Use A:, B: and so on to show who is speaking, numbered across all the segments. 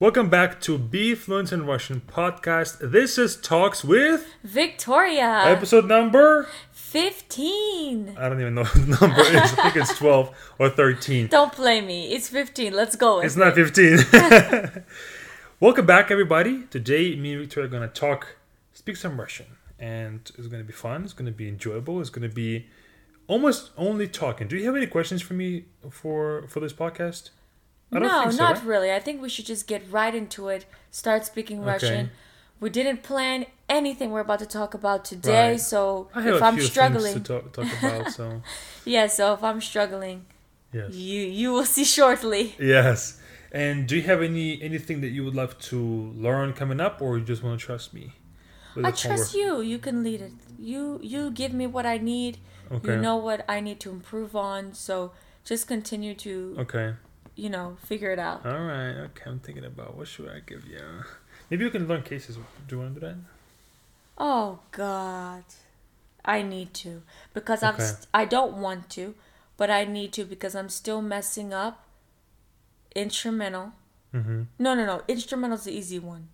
A: Welcome back to Be Fluent in Russian podcast. This is Talks with
B: Victoria.
A: episode number
B: 15.
A: I don't even know what the number is. I think it's 12 or 13.
B: Don't blame me. It's 15. Let's go.
A: It's not 15. Welcome back everybody. Today me and Victoria are going to talk speak some Russian and it's going to be fun. It's going to be enjoyable. It's going to be almost only talking. Do you have any questions for me for for this podcast? I don't
B: no,
A: think so,
B: not
A: right?
B: really. I think we should just get right into it. Start speaking Russian. We didn't plan anything we're about to talk about today,
A: Right.
B: so
A: I have
B: if
A: a
B: I'm
A: few
B: struggling,
A: things to talk, talk about, so
B: yeah, so if I'm struggling,
A: yes.
B: you you will see shortly.
A: Yes. And do you have any anything that you would love to learn coming up, or you just want to trust me? with
B: I
A: the
B: trust you. You can lead it. You you give me what I need.
A: homework? Okay.
B: You know what I need to improve on, so just continue to,
A: Okay.
B: you know, figure it out.
A: All right. Okay. I'm thinking about what should I give you. Maybe you can learn cases. Do you want to do that?
B: Oh God, I need to because I'm
A: Okay.
B: st- I don't want to, but I need to because I'm still messing up. Instrumental.
A: Mm-hmm.
B: No, no, no. Instrumental's the easy one.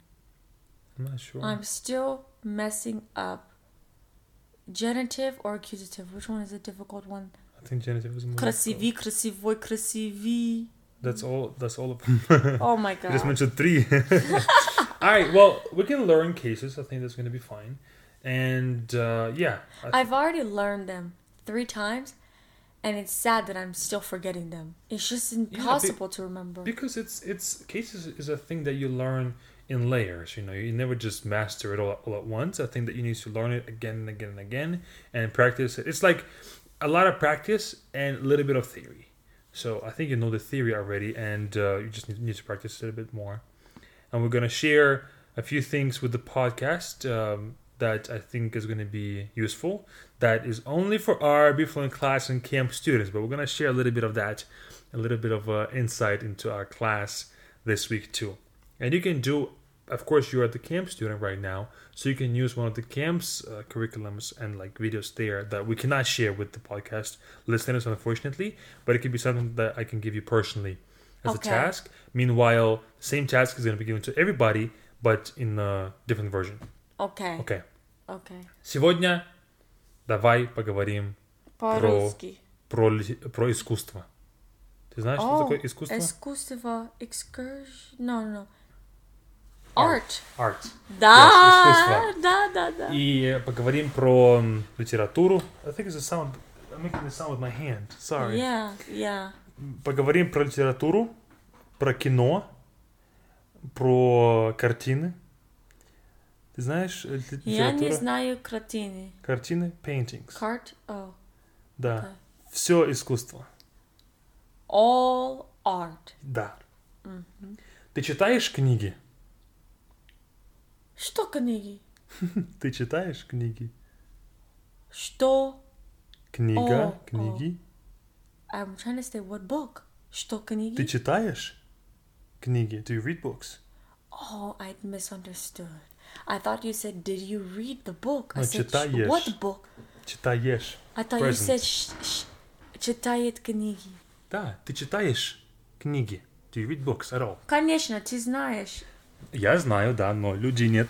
A: I'm not sure.
B: I'm still messing up. Genitive or accusative? Which one is the difficult one?
A: I think genitive is more.
B: Красивый, красивой, красивый.
A: That's all. That's all of them.
B: Oh my
A: I just
B: God.
A: mentioned three. all right. Well, we can learn cases. I think that's gonna be fine. And uh, yeah. I
B: I've already learned them three times, and it's sad that I'm still forgetting them. It's just impossible to remember.
A: because it's it's cases is a thing that you learn in layers you know you never just master it all, all at once i think that you need to learn it again and again and again and practice it it's like a lot of practice and a little bit of theory so i think you know the theory already and uh, you just need, need to practice it a bit more and we're going to share a few things with the podcast um, that i think is going to be useful that is only for our Be Fluent class and camp students but we're going to share a little bit of that a little bit of uh, insight into our class this week too. And you can do, of course, you're at the camp student right now, so you can use one of the camp's uh, curriculums and like videos there that we cannot share with the podcast listeners, unfortunately. But it could be something that I can give you personally as
B: Okay.
A: a task. Meanwhile, same task is going to be given to everybody, but in a different version.
B: Okay.
A: Okay.
B: Okay.
A: Сегодня давай поговорим
B: По-русски.
A: про ли- про искусство. Ты знаешь, что
B: О,
A: такое искусство?
B: Искусство. Excursion. No, no. Art.
A: Art.
B: Да, да, да, да.
A: И э, поговорим про м, литературу. I think it's a sound. I'm making the sound with my hand. Sorry.
B: Yeah, yeah.
A: Поговорим про литературу, про кино, про картины. Ты знаешь э, ли-
B: Я не
A: литература?
B: знаю картины.
A: Картины, paintings.
B: Карт. О.
A: да.
B: да.
A: Все искусство.
B: All art.
A: Да. Ты читаешь книги?
B: Что книги?
A: Ты читаешь книги?
B: Что?
A: Книга,
B: О,
A: книги.
B: I'm trying to say what book. Что
A: Ты
B: книги?
A: читаешь книги? Do you read books?
B: Oh, I misunderstood. I thought you said, did you read the book? I
A: No,
B: said,
A: читаешь.
B: what book?
A: Читаешь.
B: I thought you
A: Present.
B: said, sh- sh- читает книги.
A: Да, ты читаешь книги. Do you read books at all?
B: Конечно, ты знаешь.
A: Я знаю, да, но людей нет.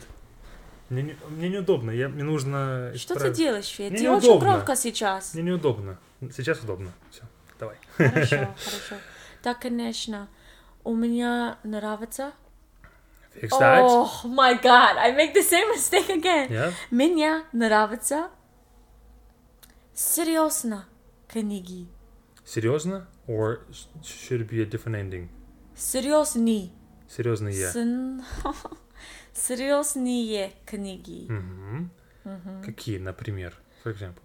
A: Мне, не- мне неудобно, я, мне нужно...
B: Что ты
A: исправить.
B: делаешь, Федя?
A: Мне
B: Тебе очень
A: неудобно.
B: громко сейчас.
A: Мне неудобно. Сейчас удобно. Все, давай.
B: Хорошо, хорошо. Да, конечно. У меня нравится.
A: Fix that.
B: Oh my god, I make the same mistake again.
A: Yeah?
B: Меня нравится. Серьезно, книги.
A: Серьезно? Or s- should it be a different ending?
B: Серьезный.
A: Серьезно я.
B: Сын- Серьезные книги.
A: Мгм. Какие, например? For example.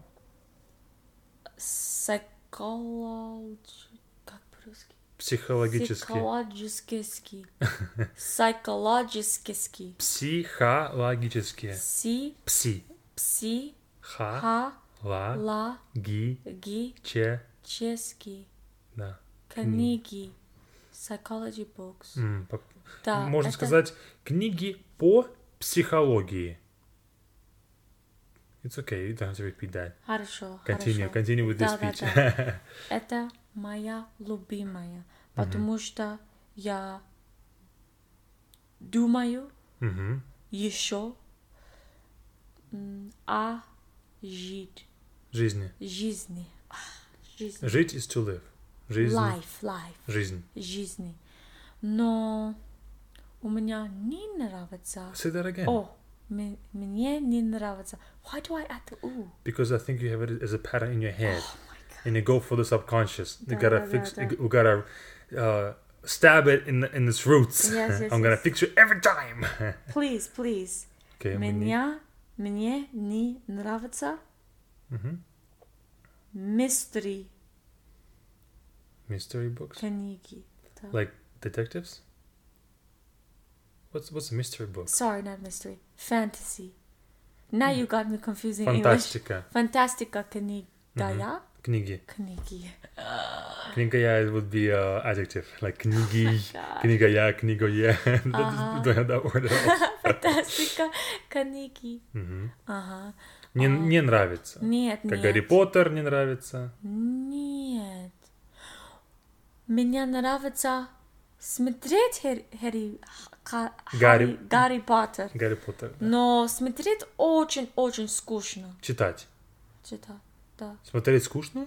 B: Psychology. Как по-русски?
A: Психологические.
B: Психологический. Psychologistiski.
A: Психологические.
B: Си,
A: Пси.
B: пси,
A: Ха.
B: ха,
A: Ла.
B: ла,
A: Ги.
B: ги,
A: Че.
B: чески,
A: Да.
B: книги, psychology books.
A: М, по-
B: Да,
A: Можно
B: это-
A: сказать, книги по психологии. It's okay, you don't have to repeat that.
B: Хорошо,
A: Continue,
B: хорошо.
A: continue with this
B: Да, да,
A: speech.
B: да. Это моя любимая, потому что я думаю,
A: Mm-hmm.
B: еще, м, о жить,
A: Жизни.
B: жизни, А, жизни,
A: Жить is to live. Жизнь.
B: life, life.
A: Жизнь.
B: жизни. Но у меня не нравится.
A: Say that again.
B: О, ме- Oh, мне не нравится. Why do I add the u?
A: Because I think you have it as a pattern in your head,
B: Oh
A: and you go for the subconscious. You
B: Da,
A: gotta
B: da, da,
A: fix.
B: da.
A: You, you gotta uh, stab it in in its roots.
B: Yes, yes,
A: I'm gonna
B: yes.
A: fix you every time.
B: Please, please.
A: okay. we need-
B: Меня, мне не нравится.
A: Мгм.
B: Mystery
A: mystery books,
B: книги. Да.
A: like detectives. What's what's a mystery book?
B: Sorry, not mystery. Fantasy. Now you got me confusing English.
A: Fantastica.
B: Фантастика книга.
A: Mm-hmm.
B: я
A: Книги.
B: Книги.
A: Книга would be uh, adjective like книги,
B: God.
A: книга я, книга я.
B: Uh-huh.
A: Don't have that word at all.
B: Фантастика книги.
A: Мгм.
B: Ага.
A: Не, не нравится.
B: Uh-huh. Нет,
A: Mm-hmm. Как
B: А. нет.
A: Гарри Поттер не нравится.
B: Нет. Мне нравится смотреть Хер- Хэри- Ха-
A: Гарри.
B: Гарри, Гарри Поттер.
A: Гарри Поттер. да.
B: Но смотреть очень-очень скучно.
A: Читать.
B: Читать, да.
A: Смотреть скучно?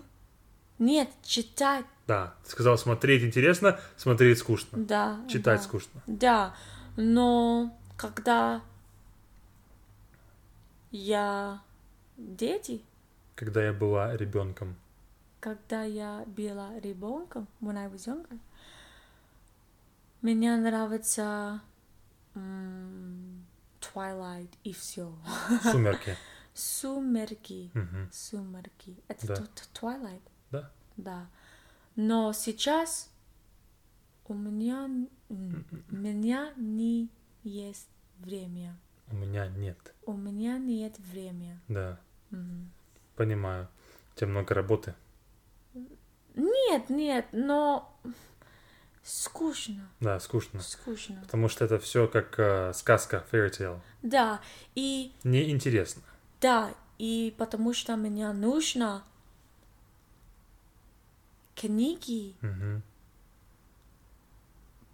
B: Нет, читать,
A: Да. Ты сказал смотреть интересно, смотреть скучно.
B: да.
A: Читать
B: да.
A: скучно.
B: Да, но когда я дети,
A: Когда я была ребенком.
B: когда я была ребенком, when I was younger, мне нравится м, Twilight и все.
A: Сумерки.
B: Сумерки.
A: Мгм.
B: Сумерки. Это
A: Да.
B: тут Twilight?
A: Да.
B: Да. Но сейчас у меня, н-
A: М-м-м.
B: м, меня не есть время.
A: У меня нет.
B: У меня нет времени.
A: Да.
B: Мгм.
A: Понимаю. У тебя много работы.
B: Нет, нет, но скучно,
A: Да, скучно.
B: скучно.
A: Потому что это все как э, сказка, fairy tale.
B: Да, и
A: Неинтересно.
B: да, и потому что мне нужно книги
A: Мгм.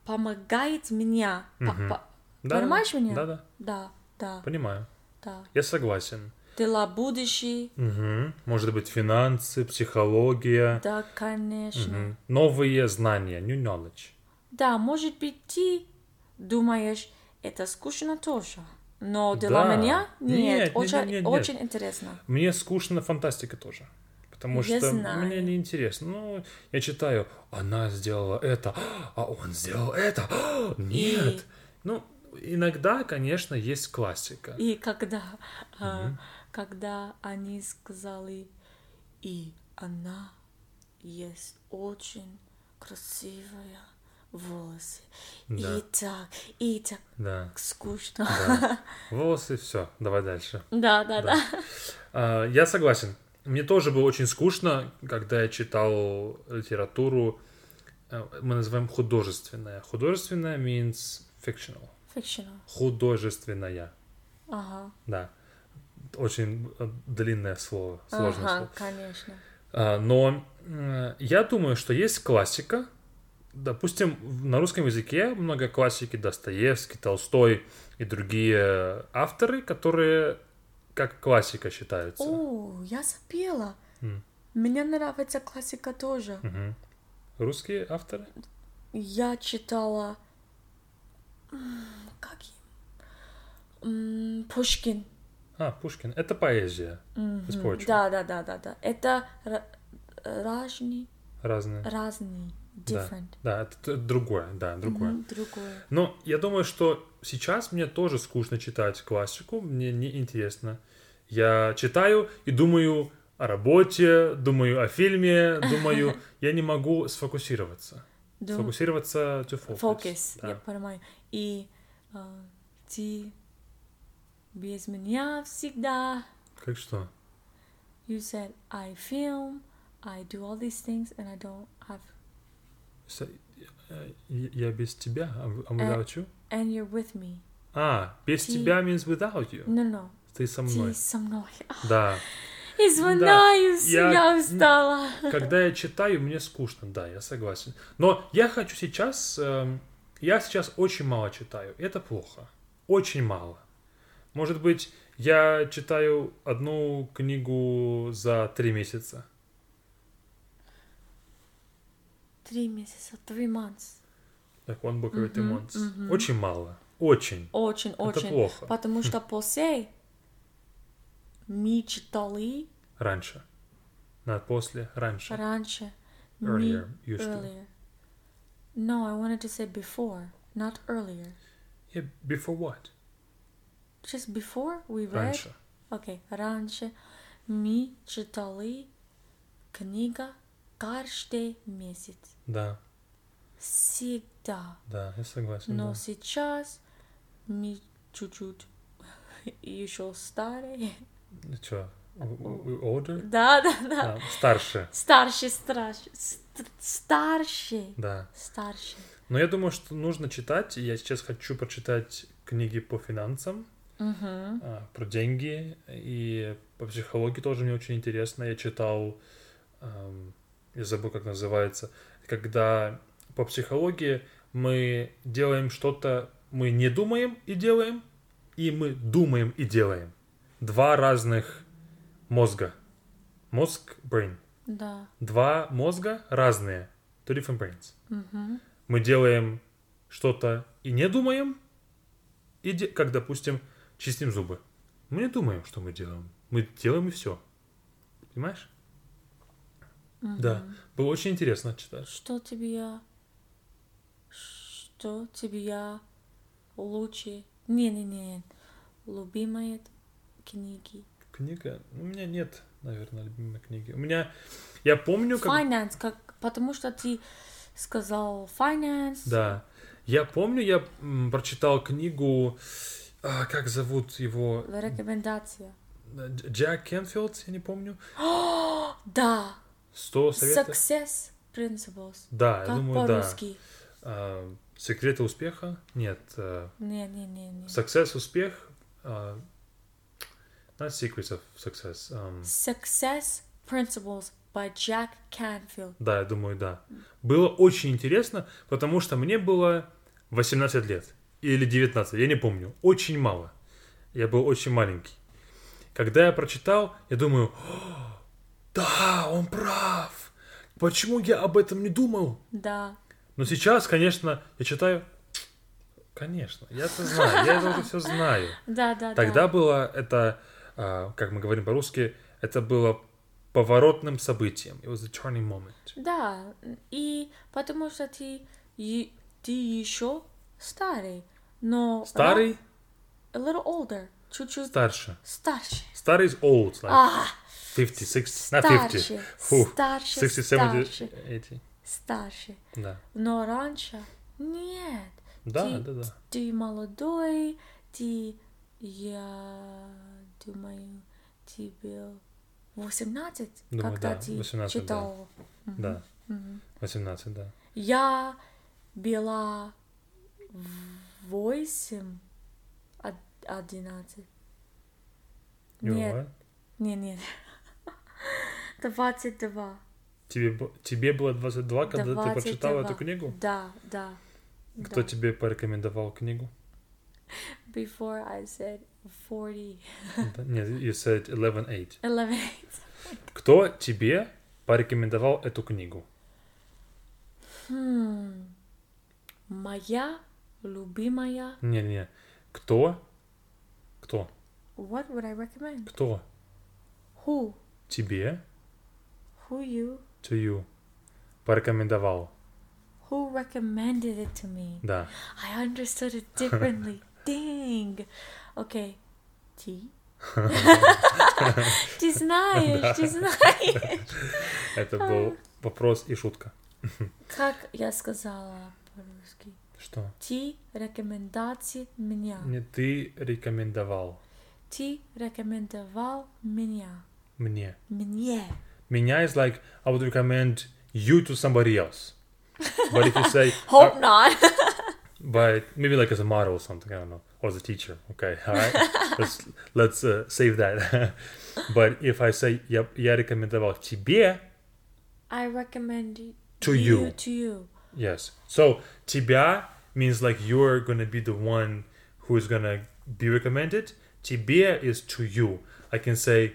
B: помогает меня. по-
A: Мгм.
B: по-
A: Да,
B: Понимаешь меня?
A: Да, да.
B: Да, да,
A: Понимаю.
B: да.
A: Я согласен.
B: Дела будущее,
A: Мгм. Может быть, финансы, психология,
B: да, конечно.
A: Мгм. новые знания, new knowledge.
B: Да, может быть, ты думаешь, это скучно тоже. Но дела
A: Да.
B: меня
A: Нет,
B: нет,
A: нет,
B: очень,
A: нет, нет, нет.
B: очень интересно.
A: Мне скучно фантастика тоже. Потому
B: Я
A: что
B: знаю.
A: мне неинтересно. Ну, я читаю, она сделала это, а он сделал это. Нет. Ну, иногда, конечно, есть классика.
B: И когда, а, когда они сказали, и она есть очень красивая волосы.
A: Да.
B: И так, и так
A: Да.
B: скучно.
A: да. Волосы, все, давай дальше.
B: Да, да, да.
A: А, Я согласен. Мне тоже было очень скучно, когда я читал литературу, э, мы называем художественная. Художественная means fictional.
B: Fictional.
A: Художественная,
B: Ага.
A: да. Очень э, длинное слово, сложное
B: ага,
A: слово.
B: конечно.
A: А, Но м, я думаю, что есть классика. Допустим, в- на русском языке много классики Достоевский, Толстой и другие авторы, которые как классика считаются.
B: О, я запела.
A: М.
B: Мне нравится классика тоже.
A: Мгм. Русские авторы?
B: Я читала... м, Как им? М, Пушкин.
A: А, Пушкин. Это поэзия.
B: Mm-hmm.
A: It's poetry.
B: Да, да, да, да, да. Это ра- разные,
A: Разные.
B: разные, different. Mm-hmm.
A: Да, это т- другое, да, другое.
B: Мгм, другое.
A: Но я думаю, что сейчас мне тоже скучно читать классику, мне не интересно. Я читаю и думаю о работе, думаю о фильме, думаю, я не могу сфокусироваться.
B: Дум-
A: Сфокусироваться to focus.
B: Фокус,
A: Да.
B: я понимаю. И а, ты без меня всегда.
A: Как что?
B: You said I film, I do all these things, and I don't have.
A: С- э, Я без тебя, а I'm I'm without you?
B: And you're with me.
A: А, без
B: Э, ти-
A: тебя means without you.
B: No, no.
A: Ты со
B: Ты
A: мной.
B: со мной.
A: Да.
B: Извиняюсь,
A: я-
B: я... устала.
A: Когда я читаю, мне скучно, да, я согласен. Но я хочу сейчас эм, Я сейчас очень мало читаю. Это плохо. Очень мало. Может быть, я читаю одну книгу за три месяца.
B: Три месяца, three months.
A: Like one book every two months. Очень мало. Очень.
B: Очень, очень.
A: Это плохо. Хм.
B: Потому что после мы читали
A: Раньше. Not после, раньше.
B: раньше. Мы
A: Earlier. Used to.
B: earlier. No, I wanted to say before, not earlier.
A: Yeah, before what?
B: Just before we read.
A: Раньше.
B: Okay, раньше мы читали книга каждый месяц.
A: Да,
B: Всегда.
A: да, я согласен.
B: Но
A: да.
B: сейчас мы чуть-чуть еще старые.
A: Ну чё, w- w- older?
B: Да, да, да.
A: Да, старше,
B: Старше, старше. Старше.
A: да.
B: Старше.
A: Но я думаю, что нужно читать. Я сейчас хочу прочитать книги по финансам,
B: Мгм.
A: а, про деньги и по психологии тоже мне очень интересно. Я читал, эм, я забыл, как называется, когда по психологии мы делаем что-то, мы не думаем и делаем, и мы думаем и делаем. Два разных мозга. Мозг, brain.
B: Да.
A: Два мозга разные. Two different brains.
B: Мгм.
A: мы делаем что-то и не думаем, и де- как, допустим, чистим зубы. Мы не думаем, что мы делаем. Мы делаем и все. Понимаешь? Да. Было очень интересно читать.
B: Что тебе я... Что тебе я лучше... Не-не-не. Любимые книги.
A: Книга. ну, У меня нет, наверное, любимой книги. У меня. Я помню, Ну, как.
B: Finance, как... Потому что ты сказал finance.
A: Да. Я помню, я м, прочитал книгу. а, как зовут его?
B: Рекомендация.
A: Дж- Джек Кенфилд, я не помню.
B: Да.
A: 100 советов.
B: Success principles.
A: Да, я
B: Как
A: думаю, да.
B: по-русски?
A: А, секреты успеха? Нет. а,
B: Не-не-не.
A: Success, успех. uh, not secrets of success. um,
B: Success Principles by Jack Canfield.
A: да, я думаю, да. Было очень интересно, потому что мне было 18 лет. Или 19, я не помню. Очень мало. Я был очень маленький. Когда я прочитал, я думаю, «О, да, он прав. Почему я об этом не думал?
B: Да.
A: Но сейчас, конечно, я читаю, конечно, я это знаю, я это уже все знаю.
B: Да, да,
A: Тогда
B: да.
A: было это, а, как мы говорим по-русски, это было поворотным событием. It was a turning moment.
B: Да. И потому что ты, и- ты еще старый, но...
A: Старый
B: A little older. Чуть-чуть
A: старше.
B: старше.
A: Старый is old, like
B: А,
A: 50, 60, not 50.
B: старше.
A: Фу,
B: Старше,
A: 60, 70,
B: старше,
A: 80.
B: старше.
A: Да,
B: Но раньше нет.
A: да,
B: Ты-
A: да, да.
B: Ты молодой, ты, я думаю, тебе 18,
A: Думаю,
B: когда
A: да,
B: ты
A: 18, да.
B: читал.
A: Да, 18, да.
B: Я была 8, 11.
A: You
B: Нет,
A: were?
B: нет, нет. 22.
A: Тебе, б- тебе было 22, когда ты
B: 22.
A: прочитал эту книгу?
B: Да, да.
A: Кто
B: да.
A: тебе порекомендовал книгу?
B: Before I said 40.
A: Да, Нет, you said 11-8.
B: 11.
A: Кто тебе порекомендовал эту книгу?
B: Хм. Моя любимая.
A: Не-не, кто? Кто?
B: What would I recommend?
A: Кто
B: Who?
A: тебе,
B: Who you?
A: to you, порекомендовал?
B: Who recommended it to me?
A: Да.
B: I understood it differently. Dang. Okay. Ти? Ты знаешь, ты знаешь.
A: Это был вопрос и шутка.
B: Как я сказала по-русски?
A: Что?
B: Ты рекомендации меня.
A: Не ты рекомендовал
B: Ты рекомендовал меня.
A: мне.
B: Мне.
A: Меня is like, I would recommend you to somebody else. But if you say,
B: Hope not.
A: but maybe like as a model or something, I don't know, or as a teacher, okay, all right, let's, let's uh, save that. but if I say, я, я рекомендовал тебе,
B: I recommend
A: To
B: you
A: you.
B: to you.
A: Yes. So тебя means like you're gonna be the one who is gonna be recommended. Тебе is to you. I can say,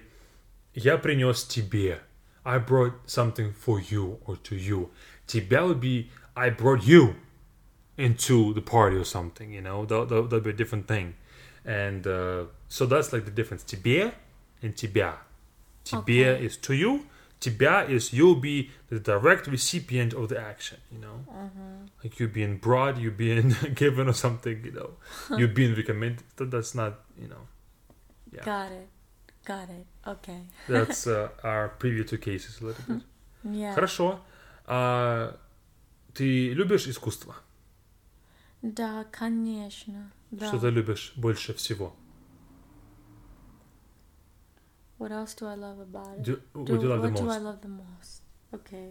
A: я принес тебе. I brought something for you or to you. Тебя would be I brought you into the party or something. You know, that that would be a different thing. And uh, so that's like the difference. Тебе and тебя. Тебе
B: Okay.
A: is to you. Тебя is you'll be the direct recipient of the action. You know like you're being brought, you're being given or something, you know, you're being recommended. That, that's not, you know, Yeah.
B: Got it. Got it. Okay.
A: that's uh, our preview to cases a little bit.
B: Yeah.
A: Хорошо. А, ты любишь искусство?
B: Да, конечно. Да.
A: Что ты любишь больше всего?
B: What else do I love about it?
A: Do, what do you love the
B: what do I
A: most?
B: love the most? Okay.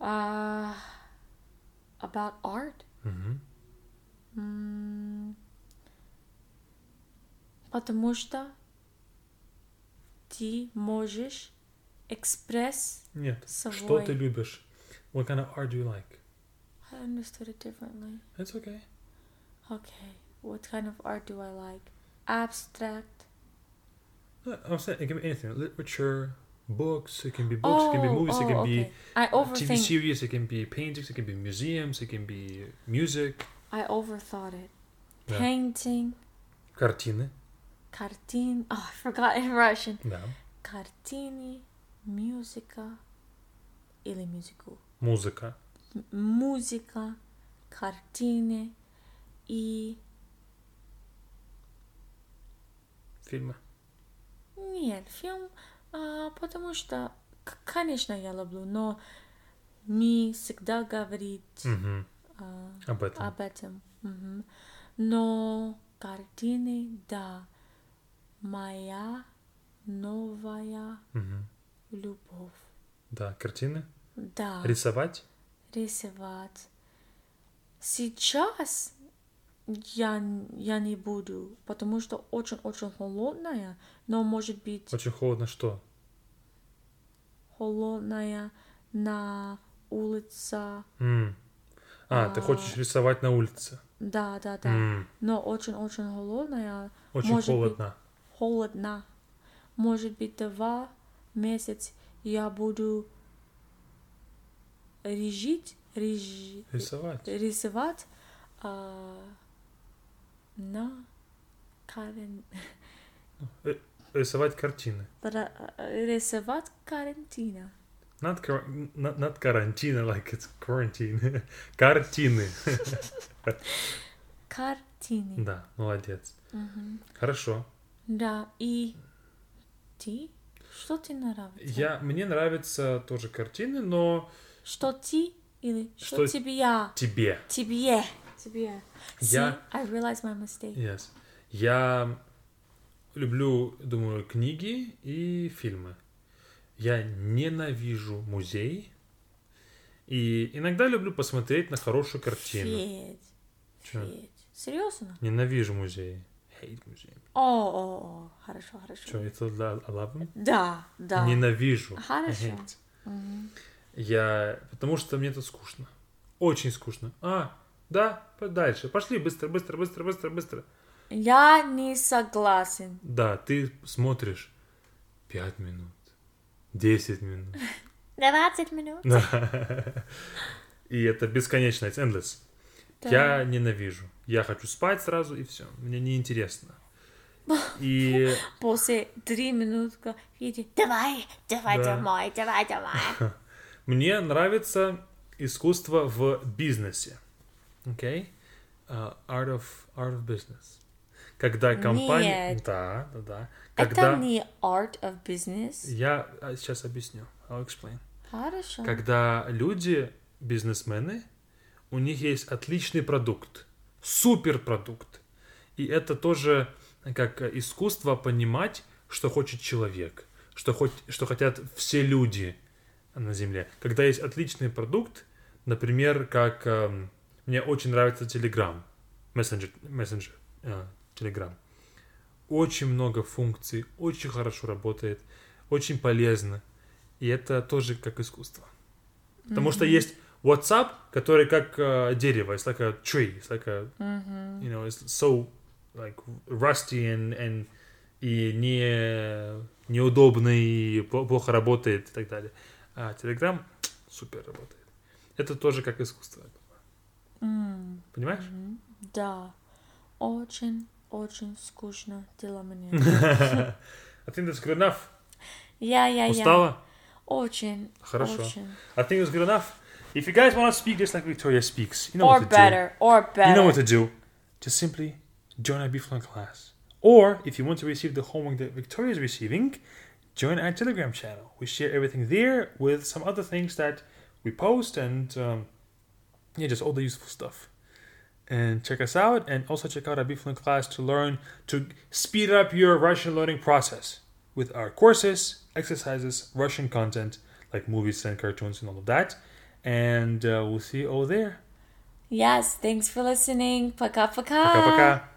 B: Uh, about art? Mm.
A: Мгм.
B: М, Потому что ты можешь экспресс
A: Нет. Что
B: свой.
A: ты любишь? What kind of art do you like?
B: I understood it differently.
A: That's okay.
B: Okay. What kind of art do I like? Abstract.
A: No, Ну, I'm saying it can be anything. Literature, books. It can be books. it can be movies. it can be
B: Oh, okay. I
A: TV
B: overthink.
A: series. It can be paintings. It can be museums. It can be music.
B: I overthought it.
A: Да.
B: Painting,
A: Картины.
B: картин. Oh, I forgot in Russian.
A: Да.
B: Картины, музыка или музыку.
A: Музыка.
B: М- Музыка, картины и...
A: Фильмы.
B: Нет, фильм, а, потому что, к- конечно, я люблю, но не всегда говорит
A: Мгм.
B: а,
A: Об этом.
B: об этом. Мгм. Но картины, да, моя новая
A: Мгм.
B: любовь.
A: Да, картины.
B: Да.
A: Рисовать.
B: рисовать. Сейчас я, н- я не буду, потому что очень-очень холодная, но может быть
A: Очень холодно что?
B: холодная на улице.
A: М. А, ты
B: А.
A: хочешь рисовать на улице.
B: Да, да, да.
A: М.
B: Но очень-очень холодная,
A: Очень
B: Может быть.
A: холодно.
B: холодно. Может быть, два месяца я буду режить, режи-
A: Рисовать.
B: рисовать а, на карен...
A: Рисовать картины.
B: ра- рисовать карантина.
A: Not, car- not, not карантина, like it's quarantine. картины.
B: Картины.
A: Да, молодец.
B: Мгм.
A: Хорошо.
B: Да, и ты? Что ты нравится?
A: Я, мне нравятся тоже картины, но
B: Что ты или
A: Что-
B: что, тебе?
A: тебе.
B: Тебе. Тебе.
A: Я-
B: See, I realized my mistake.
A: Yes. Я люблю, думаю, книги и фильмы. Я ненавижу музей. И иногда люблю посмотреть на хорошую картину.
B: Федь.
A: Чё?
B: Федь. Серьезно?
A: Ненавижу музеи. Hate музеи.
B: О, о, о, хорошо, хорошо.
A: Что, это I love them?
B: Да, да. А,
A: Ненавижу.
B: Хорошо.
A: Hate.
B: Мгм.
A: Я... Потому что мне тут скучно. Очень скучно. А, да, дальше. Пошли, быстро, быстро, быстро, быстро, быстро.
B: Я не согласен.
A: Да, ты смотришь 5 минут, 10 минут,
B: 20 минут.
A: Да. И это бесконечно, it's endless. Я ненавижу. Я хочу спать сразу и все. Мне неинтересно. И
B: После 3 минутка Федя, давай, давай
A: Да.
B: домой, давай домой.
A: мне нравится искусство в бизнесе. Okay? Uh, art, of, art of business. Когда компания...
B: Нет.
A: Да, да, да. Когда...
B: Это не art of business.
A: Я а, сейчас объясню. I'll explain.
B: Хорошо.
A: Когда люди, бизнесмены, у них есть отличный продукт, суперпродукт. И это тоже как э, искусство понимать, что хочет человек, что, хоть, что хотят все люди на Земле. Когда есть отличный продукт, например, как эм, мне очень нравится Telegram, мессенджер, мессенджер э, Telegram. Очень много функций, очень хорошо работает, очень полезно. И это тоже как искусство. Потому что есть WhatsApp, который как э, дерево, it's like a tree, it's like a, you know, it's so like rusty and, and и не, неудобный, и пло- плохо работает и так далее. А Telegram супер работает. Это тоже как искусство.
B: М,
A: Понимаешь?
B: мгм. Да. Очень, очень скучно для меня.
A: I think that's good enough.
B: Я, А я, я.
A: Устала?
B: Очень,
A: Хорошо.
B: очень.
A: I think it's good enough. If you guys want to speak just like Victoria speaks, you know
B: Or
A: what to
B: better, or
A: do.
B: better.
A: You know what to do. Just simply join a Bfluent class. Or if you want to receive the homework that Victoria is receiving, join our Telegram channel. We share everything there with some other things that we post and um, yeah, just all the useful stuff. And check us out, and also check out our Bfluent class to learn to speed up your Russian learning process with our courses, exercises, Russian content like movies and cartoons and all of that. And uh, we'll see you all there.
B: Yes, thanks for listening. Пока-пока.
A: Пока-пока.